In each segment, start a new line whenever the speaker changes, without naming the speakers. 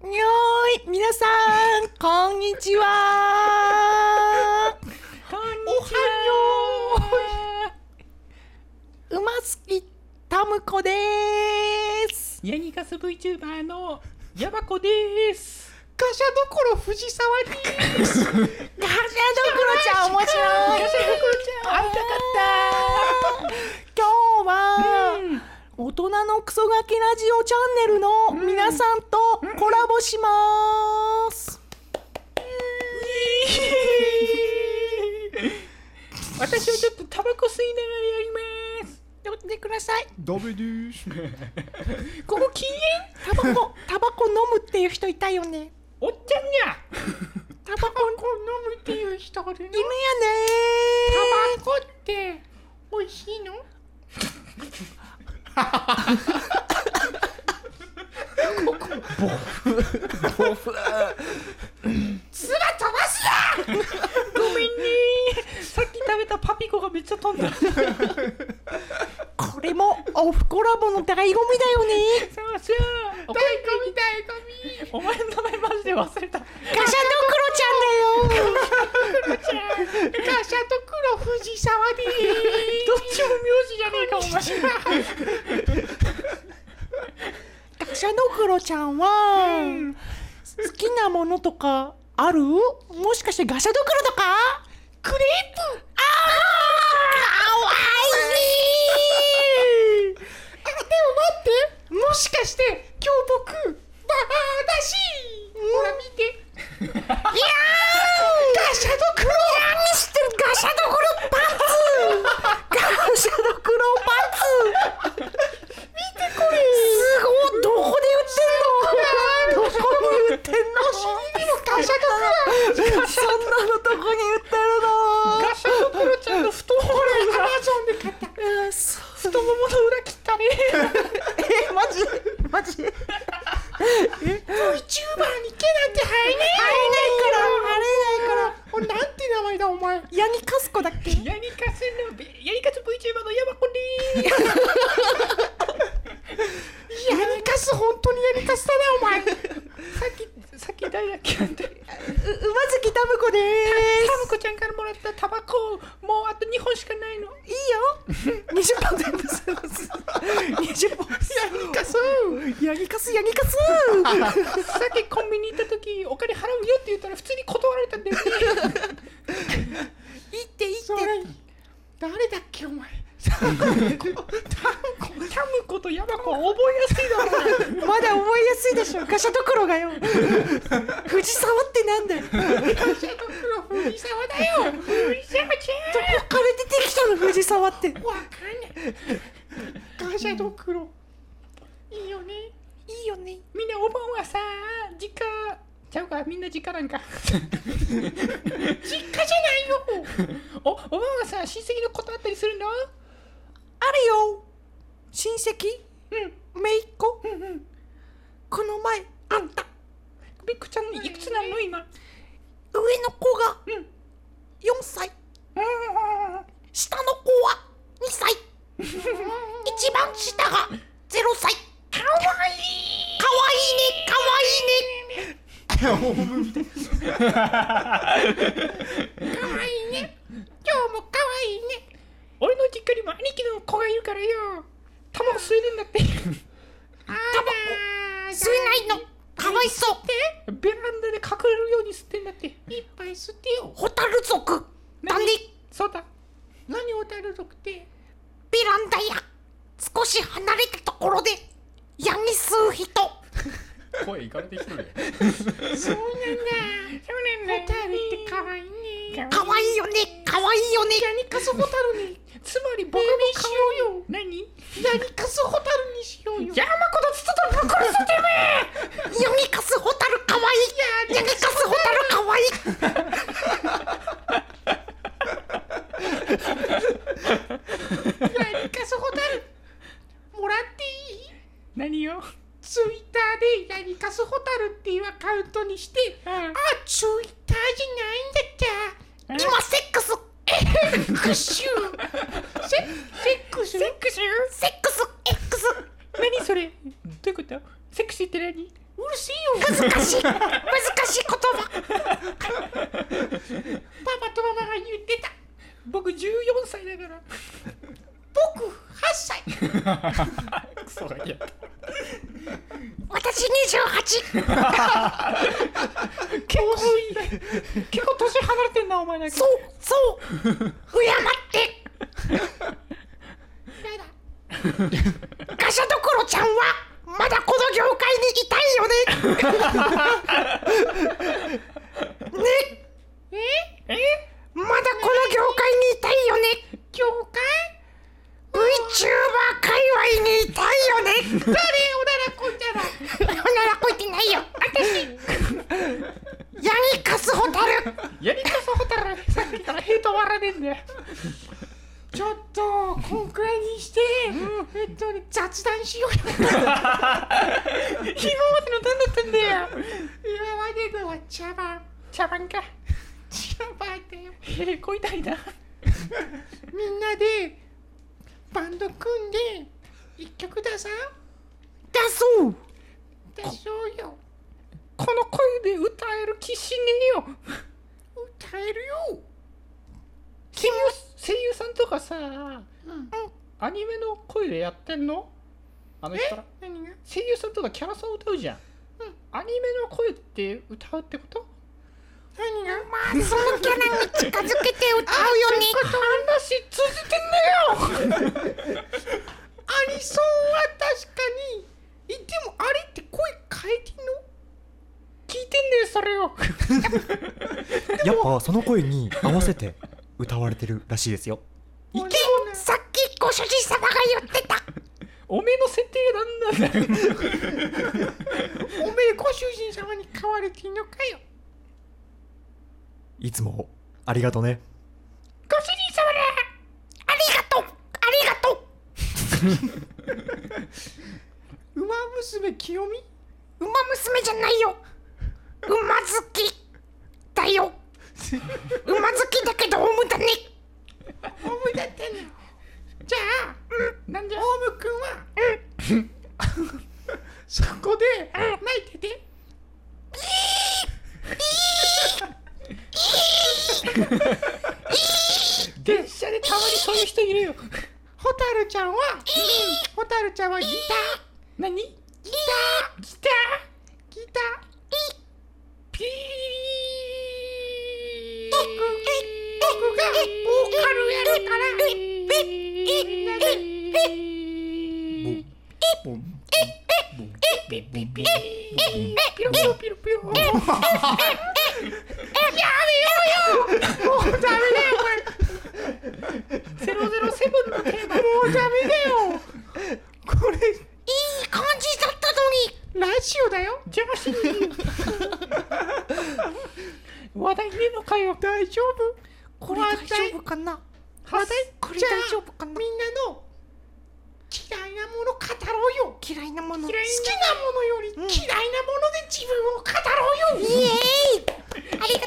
い、皆さん、こんにちは。
こんに
おはよう。うますきたむこです。
ヤニカス VTuber のヤバコです
ガシャどころ藤沢です。ガシャどころちゃん面白い。
ガシャドクロちゃん
会いた かった。今日は。大人のクソガキラジオチャンネルの皆さんとコラボします。
私はちょっとタバコ吸いながらやります
やってください。
ダメです。
ここ禁煙
タバコ、タバコ飲むっていう人いたよね。
おっちゃんや
タバコ、
こう飲むっていう人おる
犬やね
バコって美味しいの
ー。唾飛ばすな
ごめんねさっき食べたパピコがめっちゃ飛んだ
これもオフコラボの醍醐味だよね。
そうそうお前みたい髪お前の名前マジで忘れた
ガシャドクロちゃんだよ。
ガシャと黒藤沢でどっちも名字じゃねえかお前
ガシャドクロちゃんは、好きなものとかあるもしかしてガシャドクロとかクレープああ愛いいあでも待ってもしかして今日僕バカだしほら見ていやーガシャドクロ何してるガシャドクロパンツガシャドクロパンツすごいどこで売ってんのどこに売ってんのガシャガシャそんなのどこに売ってるの
ガシャと黒ちゃんの太ももの裏
うんそう
太ももの裏切ったね
えマジマジ VTuber に毛なんて入れない入れないから入れないから
お、なんて名前だ、お前。
ヤニカスコだっけ
ヤニカスのヤニカス VTuber のヤバコでーす
やりかす、本当にやりかすだな、お前。や
さっきさっき誰だっけあんたタム
う馬月タムコでーす
コちゃんからもらったタバコもうあと2本しかないの
いいよ20本全部すいます20本
りかす。
ヤギカスヤギカス
さっきコンビニ行った時お金払うよって言ったら普通に断られたんだよね
いいっていいって
それ、誰だっけ、お前。
タムコとヤバコは覚えやすいだろう
まだ覚えやすいでしょガシャどころが よ藤沢ってなんだよどこ
ガシャと黒藤沢だよ。
から出てきたの藤沢っていい
わかんない。ガシャと黒。いいよね。
よね
みんなお盆はさ実家ちゃうかみんな実家なんか実家じゃないよおお盆はさ親戚のことあったりするの
あるよ親戚うんめいっ子
うんうん
この前あんた
ビックちゃんいくつなの今うん
上の子が
うん
4歳下の子は2歳一番下が0歳かわいいかわいいねかわいいね
オウムみたい。
かわいいね今日もかわいいね俺の実家にも兄貴の子がいるからよ卵吸えるんだってあら
吸えないのかわいそう
ベランダで隠れるように吸ってんだっていっぱい吸ってよ
ホタル族だね
そうだ何を食べるとくて
ベランダや少し離れたところでヤギ吸う人
声いかれてきて
そ
る。
うなんだ。そうなんだ。ホタルって可愛いね。
かわいいよねかわいいよねヤギカスホタルに
つまり僕もしようよ。何？
ヤギカスホタルにしようよ
山子とつつとぶっ殺すてめ
ヤギカスホタルかわいいヤギカスホタルかわいい
ヤリカスホタル。もらっていい
何よ？
ツイッターでヤリカスホタルっていうアカウントにして、
う
あ、
ん
ツイッターじゃないんだっ
今セックス
た。クッシュ。セセックス
セックシュ？
セックス X
何それ？どういうこと？セクシーって何？
うるせえよ難しい難しい言葉パパとママが言ってた
僕14歳だから
僕8歳
クソが嫌だ
私28
結構いい結構年離れてんなお前だけ
そうそう敬って
やだ
ガシャドクロちゃんはまだこの業界にいたいよねね
え
まだこの業界にいたいよね業界 ?VTuber 界隈にいたいよね誰おならこいた らおならこいてないよ私 ヤギカスホタル
やりたそうだらさっきからヘイト笑わねえんだよ
ちょっとこんくらいにして、えっと雑談しようよ今ま
今までの何だったんだよ
でのは茶番
茶番か
茶番だよ
へえこいたいな
みんなでバンド組んで一曲出さん出そう出そうよ
この声で歌える気しねえよ
歌えるよ
声優声優さんとかさ
うん
アニメの声でやってんのあの人ら
何が
声優さんとかキャラソン歌うじゃん、
うん
アニメの声って歌うってこと
何がまあそのキャラに近づけて歌うよね
話通じてんだよ
アニソンは確かにえでもあれって声変えてんの
聞いてんだよそれを
やっぱその声に合わせて歌われてるらしいですよ
いけさっきご主人様が言ってた
おめえの設定がなんなんだよ
おめえご主人様に買われてんのかよ
いつもありがとね
ご主人様だありがとうありがとう 馬娘清美馬娘じゃないよ馬好きだ よ馬好きだけどオウムだねオウムだってねじゃあ、なんじゃオウムくんは、 そこで、泣いてて
電車でたまにそういう人いるよ
ホタルちゃんは、ホタルちゃんはギター
何
ギターギターギターピー僕僕がボーカルやるからみんなでピロピロピロピロやめようよもうダメだよ
ゼロゼロセブンのテーマ
これもうダメだよこれいい感じだったのにラジオだよ
邪魔しに話題ねえのかよ
大丈夫これ大
大丈夫かな
話題
これ
じゃあ
大丈夫かな
みんなの嫌いなもの語ろうよ
嫌いなもの
好きなものより嫌いなもので自分を語ろうよ、イエーイありがとうございま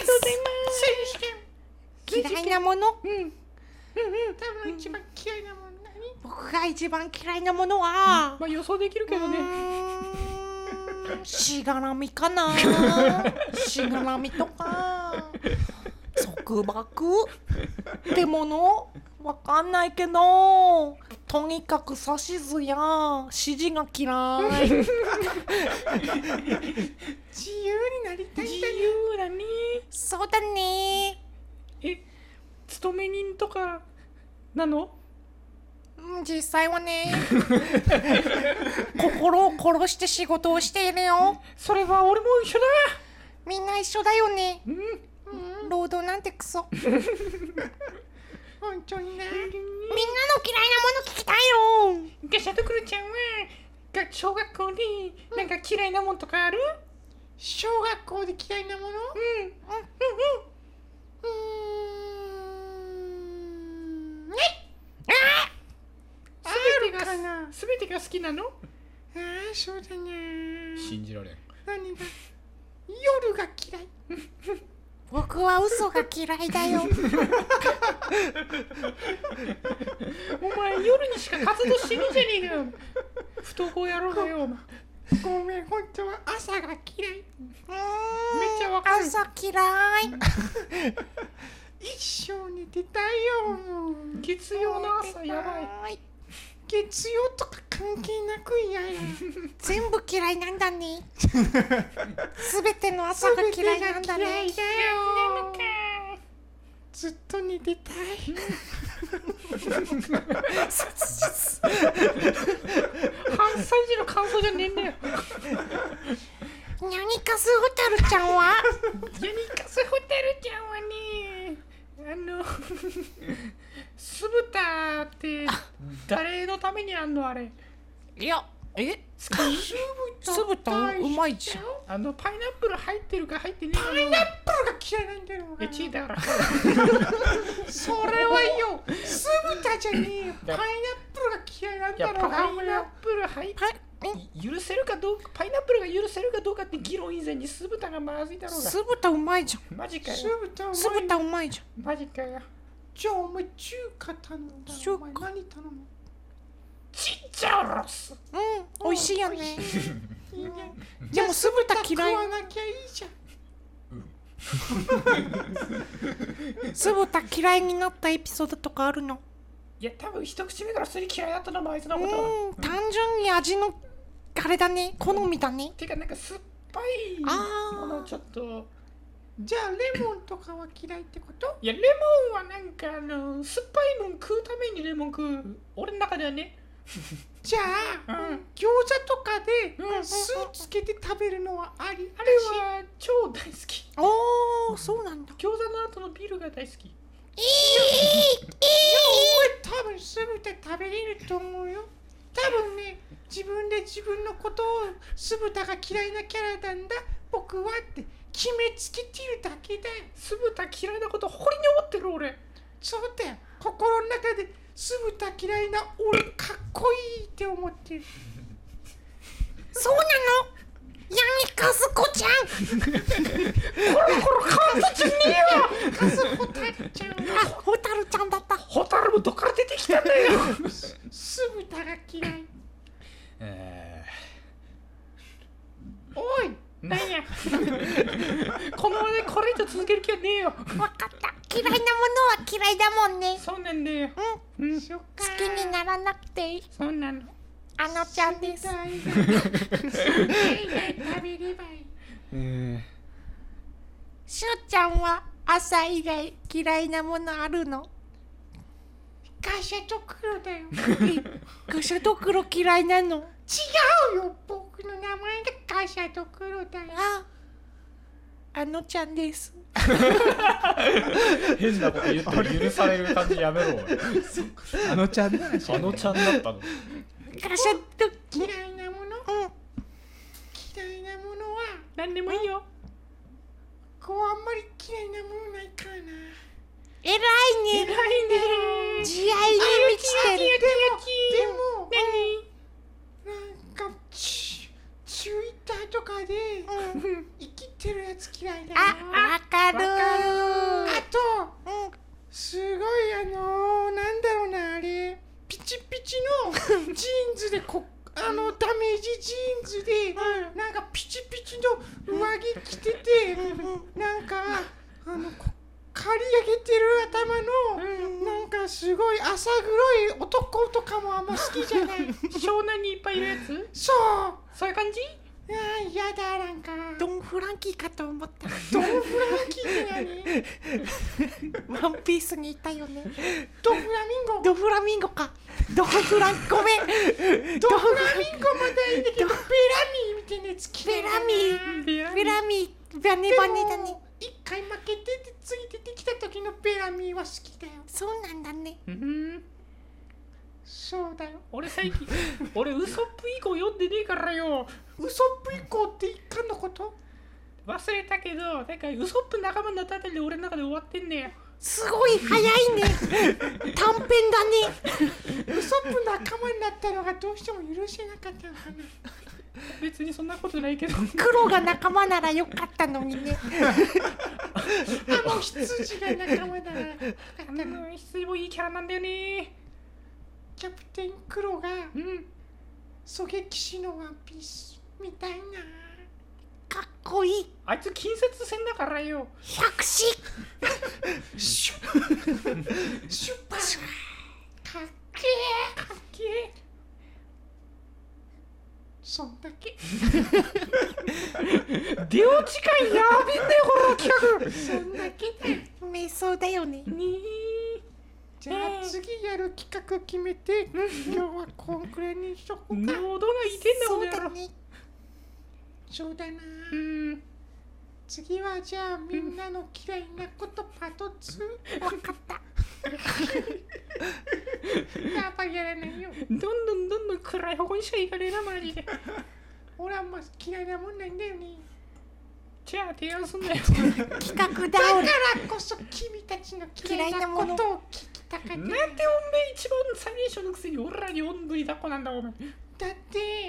す選手権
嫌いなもの
うんうん多分一番嫌いなもの何
僕が一番嫌いなものは
まあ予想できるけ
う
どね
ーんしがらみか なしがらみとか束縛ってものわかんないけどとにかく指図や指示が嫌い
自由になりたい
自
んだよ
由だね
そうだね
え勤め人とかなの
うん実際はね心を殺して仕事をしているよ
それは俺も一緒だ
みんな一緒だよね
うん
労働なんてクソみんなの
本当にな
嫌いなもの聞きたいよ
ガシャドクロちゃんはが小学校でなんか嫌いなもんとかある
小学校で嫌いなもの
うん
うんねあ
全て
ある
が
かな
全てが好きなの
ああそうだな
じられん
何が夜が嫌い
僕は嘘が嫌いだ よ
お前夜にしか活動してねえじゃねえかよ不登校野郎だよお前
ごめん本当は朝が嫌い
め
っちゃわかる
朝嫌い
一生寝てたいよもう
月曜の朝やばい
ばい
月曜とか関係なく嫌や
全部嫌いなんだ ねすべての朝が嫌いなんだね
全てが嫌いだよずっと寝てたい
関西人の感想じゃねえんだよ
ニャニカスホタルちゃん は
ユニカスホテルちゃんはねあ の酢豚って誰のためにあんのあれ
いやえ
好き
酢豚うまいじゃん
あのパイナップル入ってるか入ってねえかパイナッ
プロが嫌いなんだよ
プルチーだから
それはよ酢豚じゃねえよパイナップルが嫌いなん
いや
だ
パ
ろ
イ
う
ナップル入っ
パイ
許せるかどうかパイナップルが許せるかどうかって議論以前に酢豚がまずいだろうが
酢豚うまいじゃん
マジかよ
酢豚お前
酢豚うまいじゃ
マジかよ
じゃあお前中華頼んだ
中華
お前何頼む
チンジャオロ
ん
ス
うん美味しいよね
いいね
でも酢豚
食
嫌
わ
い
なきゃいいじゃん
酢豚嫌いになったエピソードとかあるの
いや多分一口目からそれ嫌いだったなあいつの
う
こと
ん
は
単純に味のあれだね好みだね
てかなんか酸っぱい
あー
ものちょっと
じゃあレモンとかは嫌いってこと
いやレモンはなんかあの酸っぱいもん食うためにレモン食う俺の中ではね
じゃ
う
あ、
ん
餃子とかで
うん
酢つけて食べるのはあり
あ
あ
れ
れは
は超大好き
おーそうなんだ
餃子の後のビールが大好き
多分酢豚食べれると思うよ多分ね自分で自分のことを酢豚が嫌いなキャラなんだ僕はって決めつけてるだけだよ
酢豚嫌いなこと誇りに思ってる俺
そうだよ心の中で酢豚嫌いな俺かっこいいって思ってる
そうなのヤニカスコちゃん
カズホタルちゃん
あ
は
ホタルちゃんだった
ホタルもどっから出てきたんだ よ
酢豚が嫌い
え
おい
ーなんやこのままでこれ以上続ける気はねえよ
わかった嫌いなものは嫌いだもんね
そうなんだよ
う
うん
そっか
好きにならなくていい
そうなの
あのちゃんです
大概大概食べればいい
しゅうちゃんは朝以外嫌いなものあるの
会社と黒だよ
ガシャドクロ嫌いなの
違うよ僕の名前が会社と黒だよ
ああのちゃんです
変なこと言ってる許される感じやめろ
あのちゃんだ。
あのちゃんだっ たの
ガシャド
嫌いなもの
うん
嫌いなものは
何でもいいよ
こうあんまり嫌いなものないからな
偉いね
ないんだよ
慈愛に満ちてる
でも
何
なんかチツイッターとかで生きてるやつ嫌いだよ
あわかる
あと
うん
すごいあのー、なんだろうなあれピチピチ のジーンズでこあのダメージジーンズで、なんかピチピチの上着着てて、なんかあのこ刈り上げてる頭の、なんかすごい浅黒い男とかもあんま好きじゃない
湘南にいっぱいいるやつ
そう
そういう感じ
あー嫌だなんか
ドン・フランキーかと思った
ドンフランキーだね
ワンピースにいたよね
ドンフラミンゴ
ドフラミンゴかドフランごめんド
ドン
フ
フラミンゴまだいいんだけどベラミーみたいなやつ嫌い
ベ
だ
ラ
な
ミーベラミーバネ
で
バネだね
も一回負けてて次出てきた時のベラミーは好きだよ
そうなんだね
うん
そうだよ
俺最近俺ウソップ以降読んでねえからよ
ウソップ以降って一貫のこと
忘れたけどなんかウソップ仲間になったあたりで俺の中で終わってんねよ
すごい早いね短編だね
ウソップ仲間になったのがどうしても許せなかったのかな
別にそんなことないけど
黒が仲間ならよかったのにね
あの羊が仲間だなよかっ
あ
たな
の羊もいいキャラなんだよね
キャプテンクロが
うん
狙撃士のワンピースみたいな
かっこいい
あいつ近接戦だからよ
百式
シュッパーかっけえかっけえそんだけ
出落ち感やべえんだよこの企
そんだけだ
瞑想だよね
画に
じゃあ次やる企画決めて今日はこんくらいにしとこうか
喉が痛いんだ
そ
こ
う
の野
だ
郎
ね
そうだな
うん
次はじゃあみんなの嫌いなことパート2わかったやっぱやらないよ
どんどんどんどん暗い方向にしか行かねえなマジで
俺はもう嫌いなもんないんだよね
じゃあ提案すんだよ
企画
だ
だ
か
俺
らこそ君たちの嫌
嫌
い
いな
な
も
こ
の
とを聞きたかっ
な
た
んんでおめ
だ
え一番最初のくせに俺らにおんぶに抱っこなんだお前
って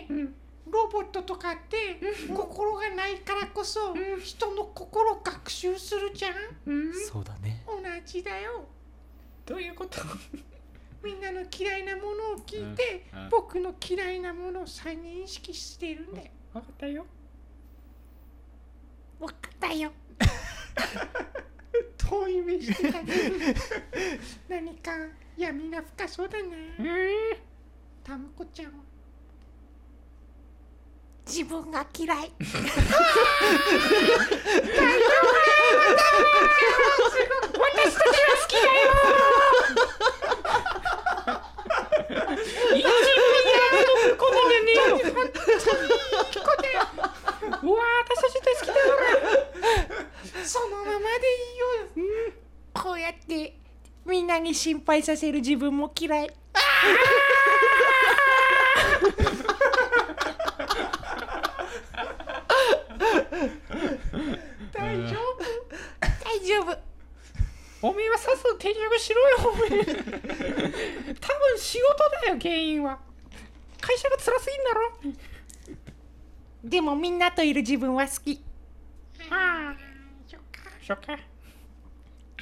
うん
ロボットとかって心がないからこそ
うん
人の心を学習するじゃん
うん
そうだね
同じだよ
どういうこと
みんなの嫌いなものを聞いて
うんうん
僕の嫌いなものを再認識してるんだよ
分かったよ
わかったよ
遠い目してたね何か闇が深そうだ
え
ねたまこちゃんは
自分が嫌い
いい人間だよこのでねえよ本当にいい子だようわ私たち大好きだよ
そのままでいいよ
こうやってみんなに心配させる自分も嫌い
大丈夫
大丈夫
おめえはさっさと転職しろよおめえ多分仕事だよ原因は会社が辛すぎんだろ
でもみんなといる自分は好き
あ
そっか
あそっか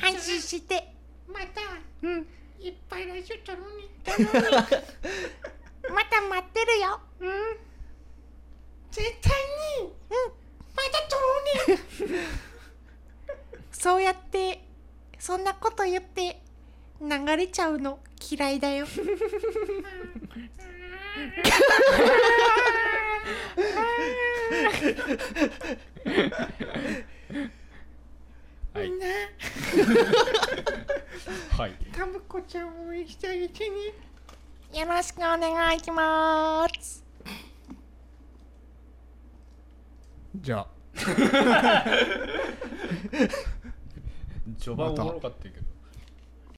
安心して
また
うん
いっぱい来週頼むに
また待ってるよ
うん
絶対にうんまた頼むに
そうやってそんなこと言って流れちゃうの嫌いだよ
はい
みんな
はい
たまこちゃんを応援してあげてね
よろしくお願いします
じゃあ
序盤おもろかったけど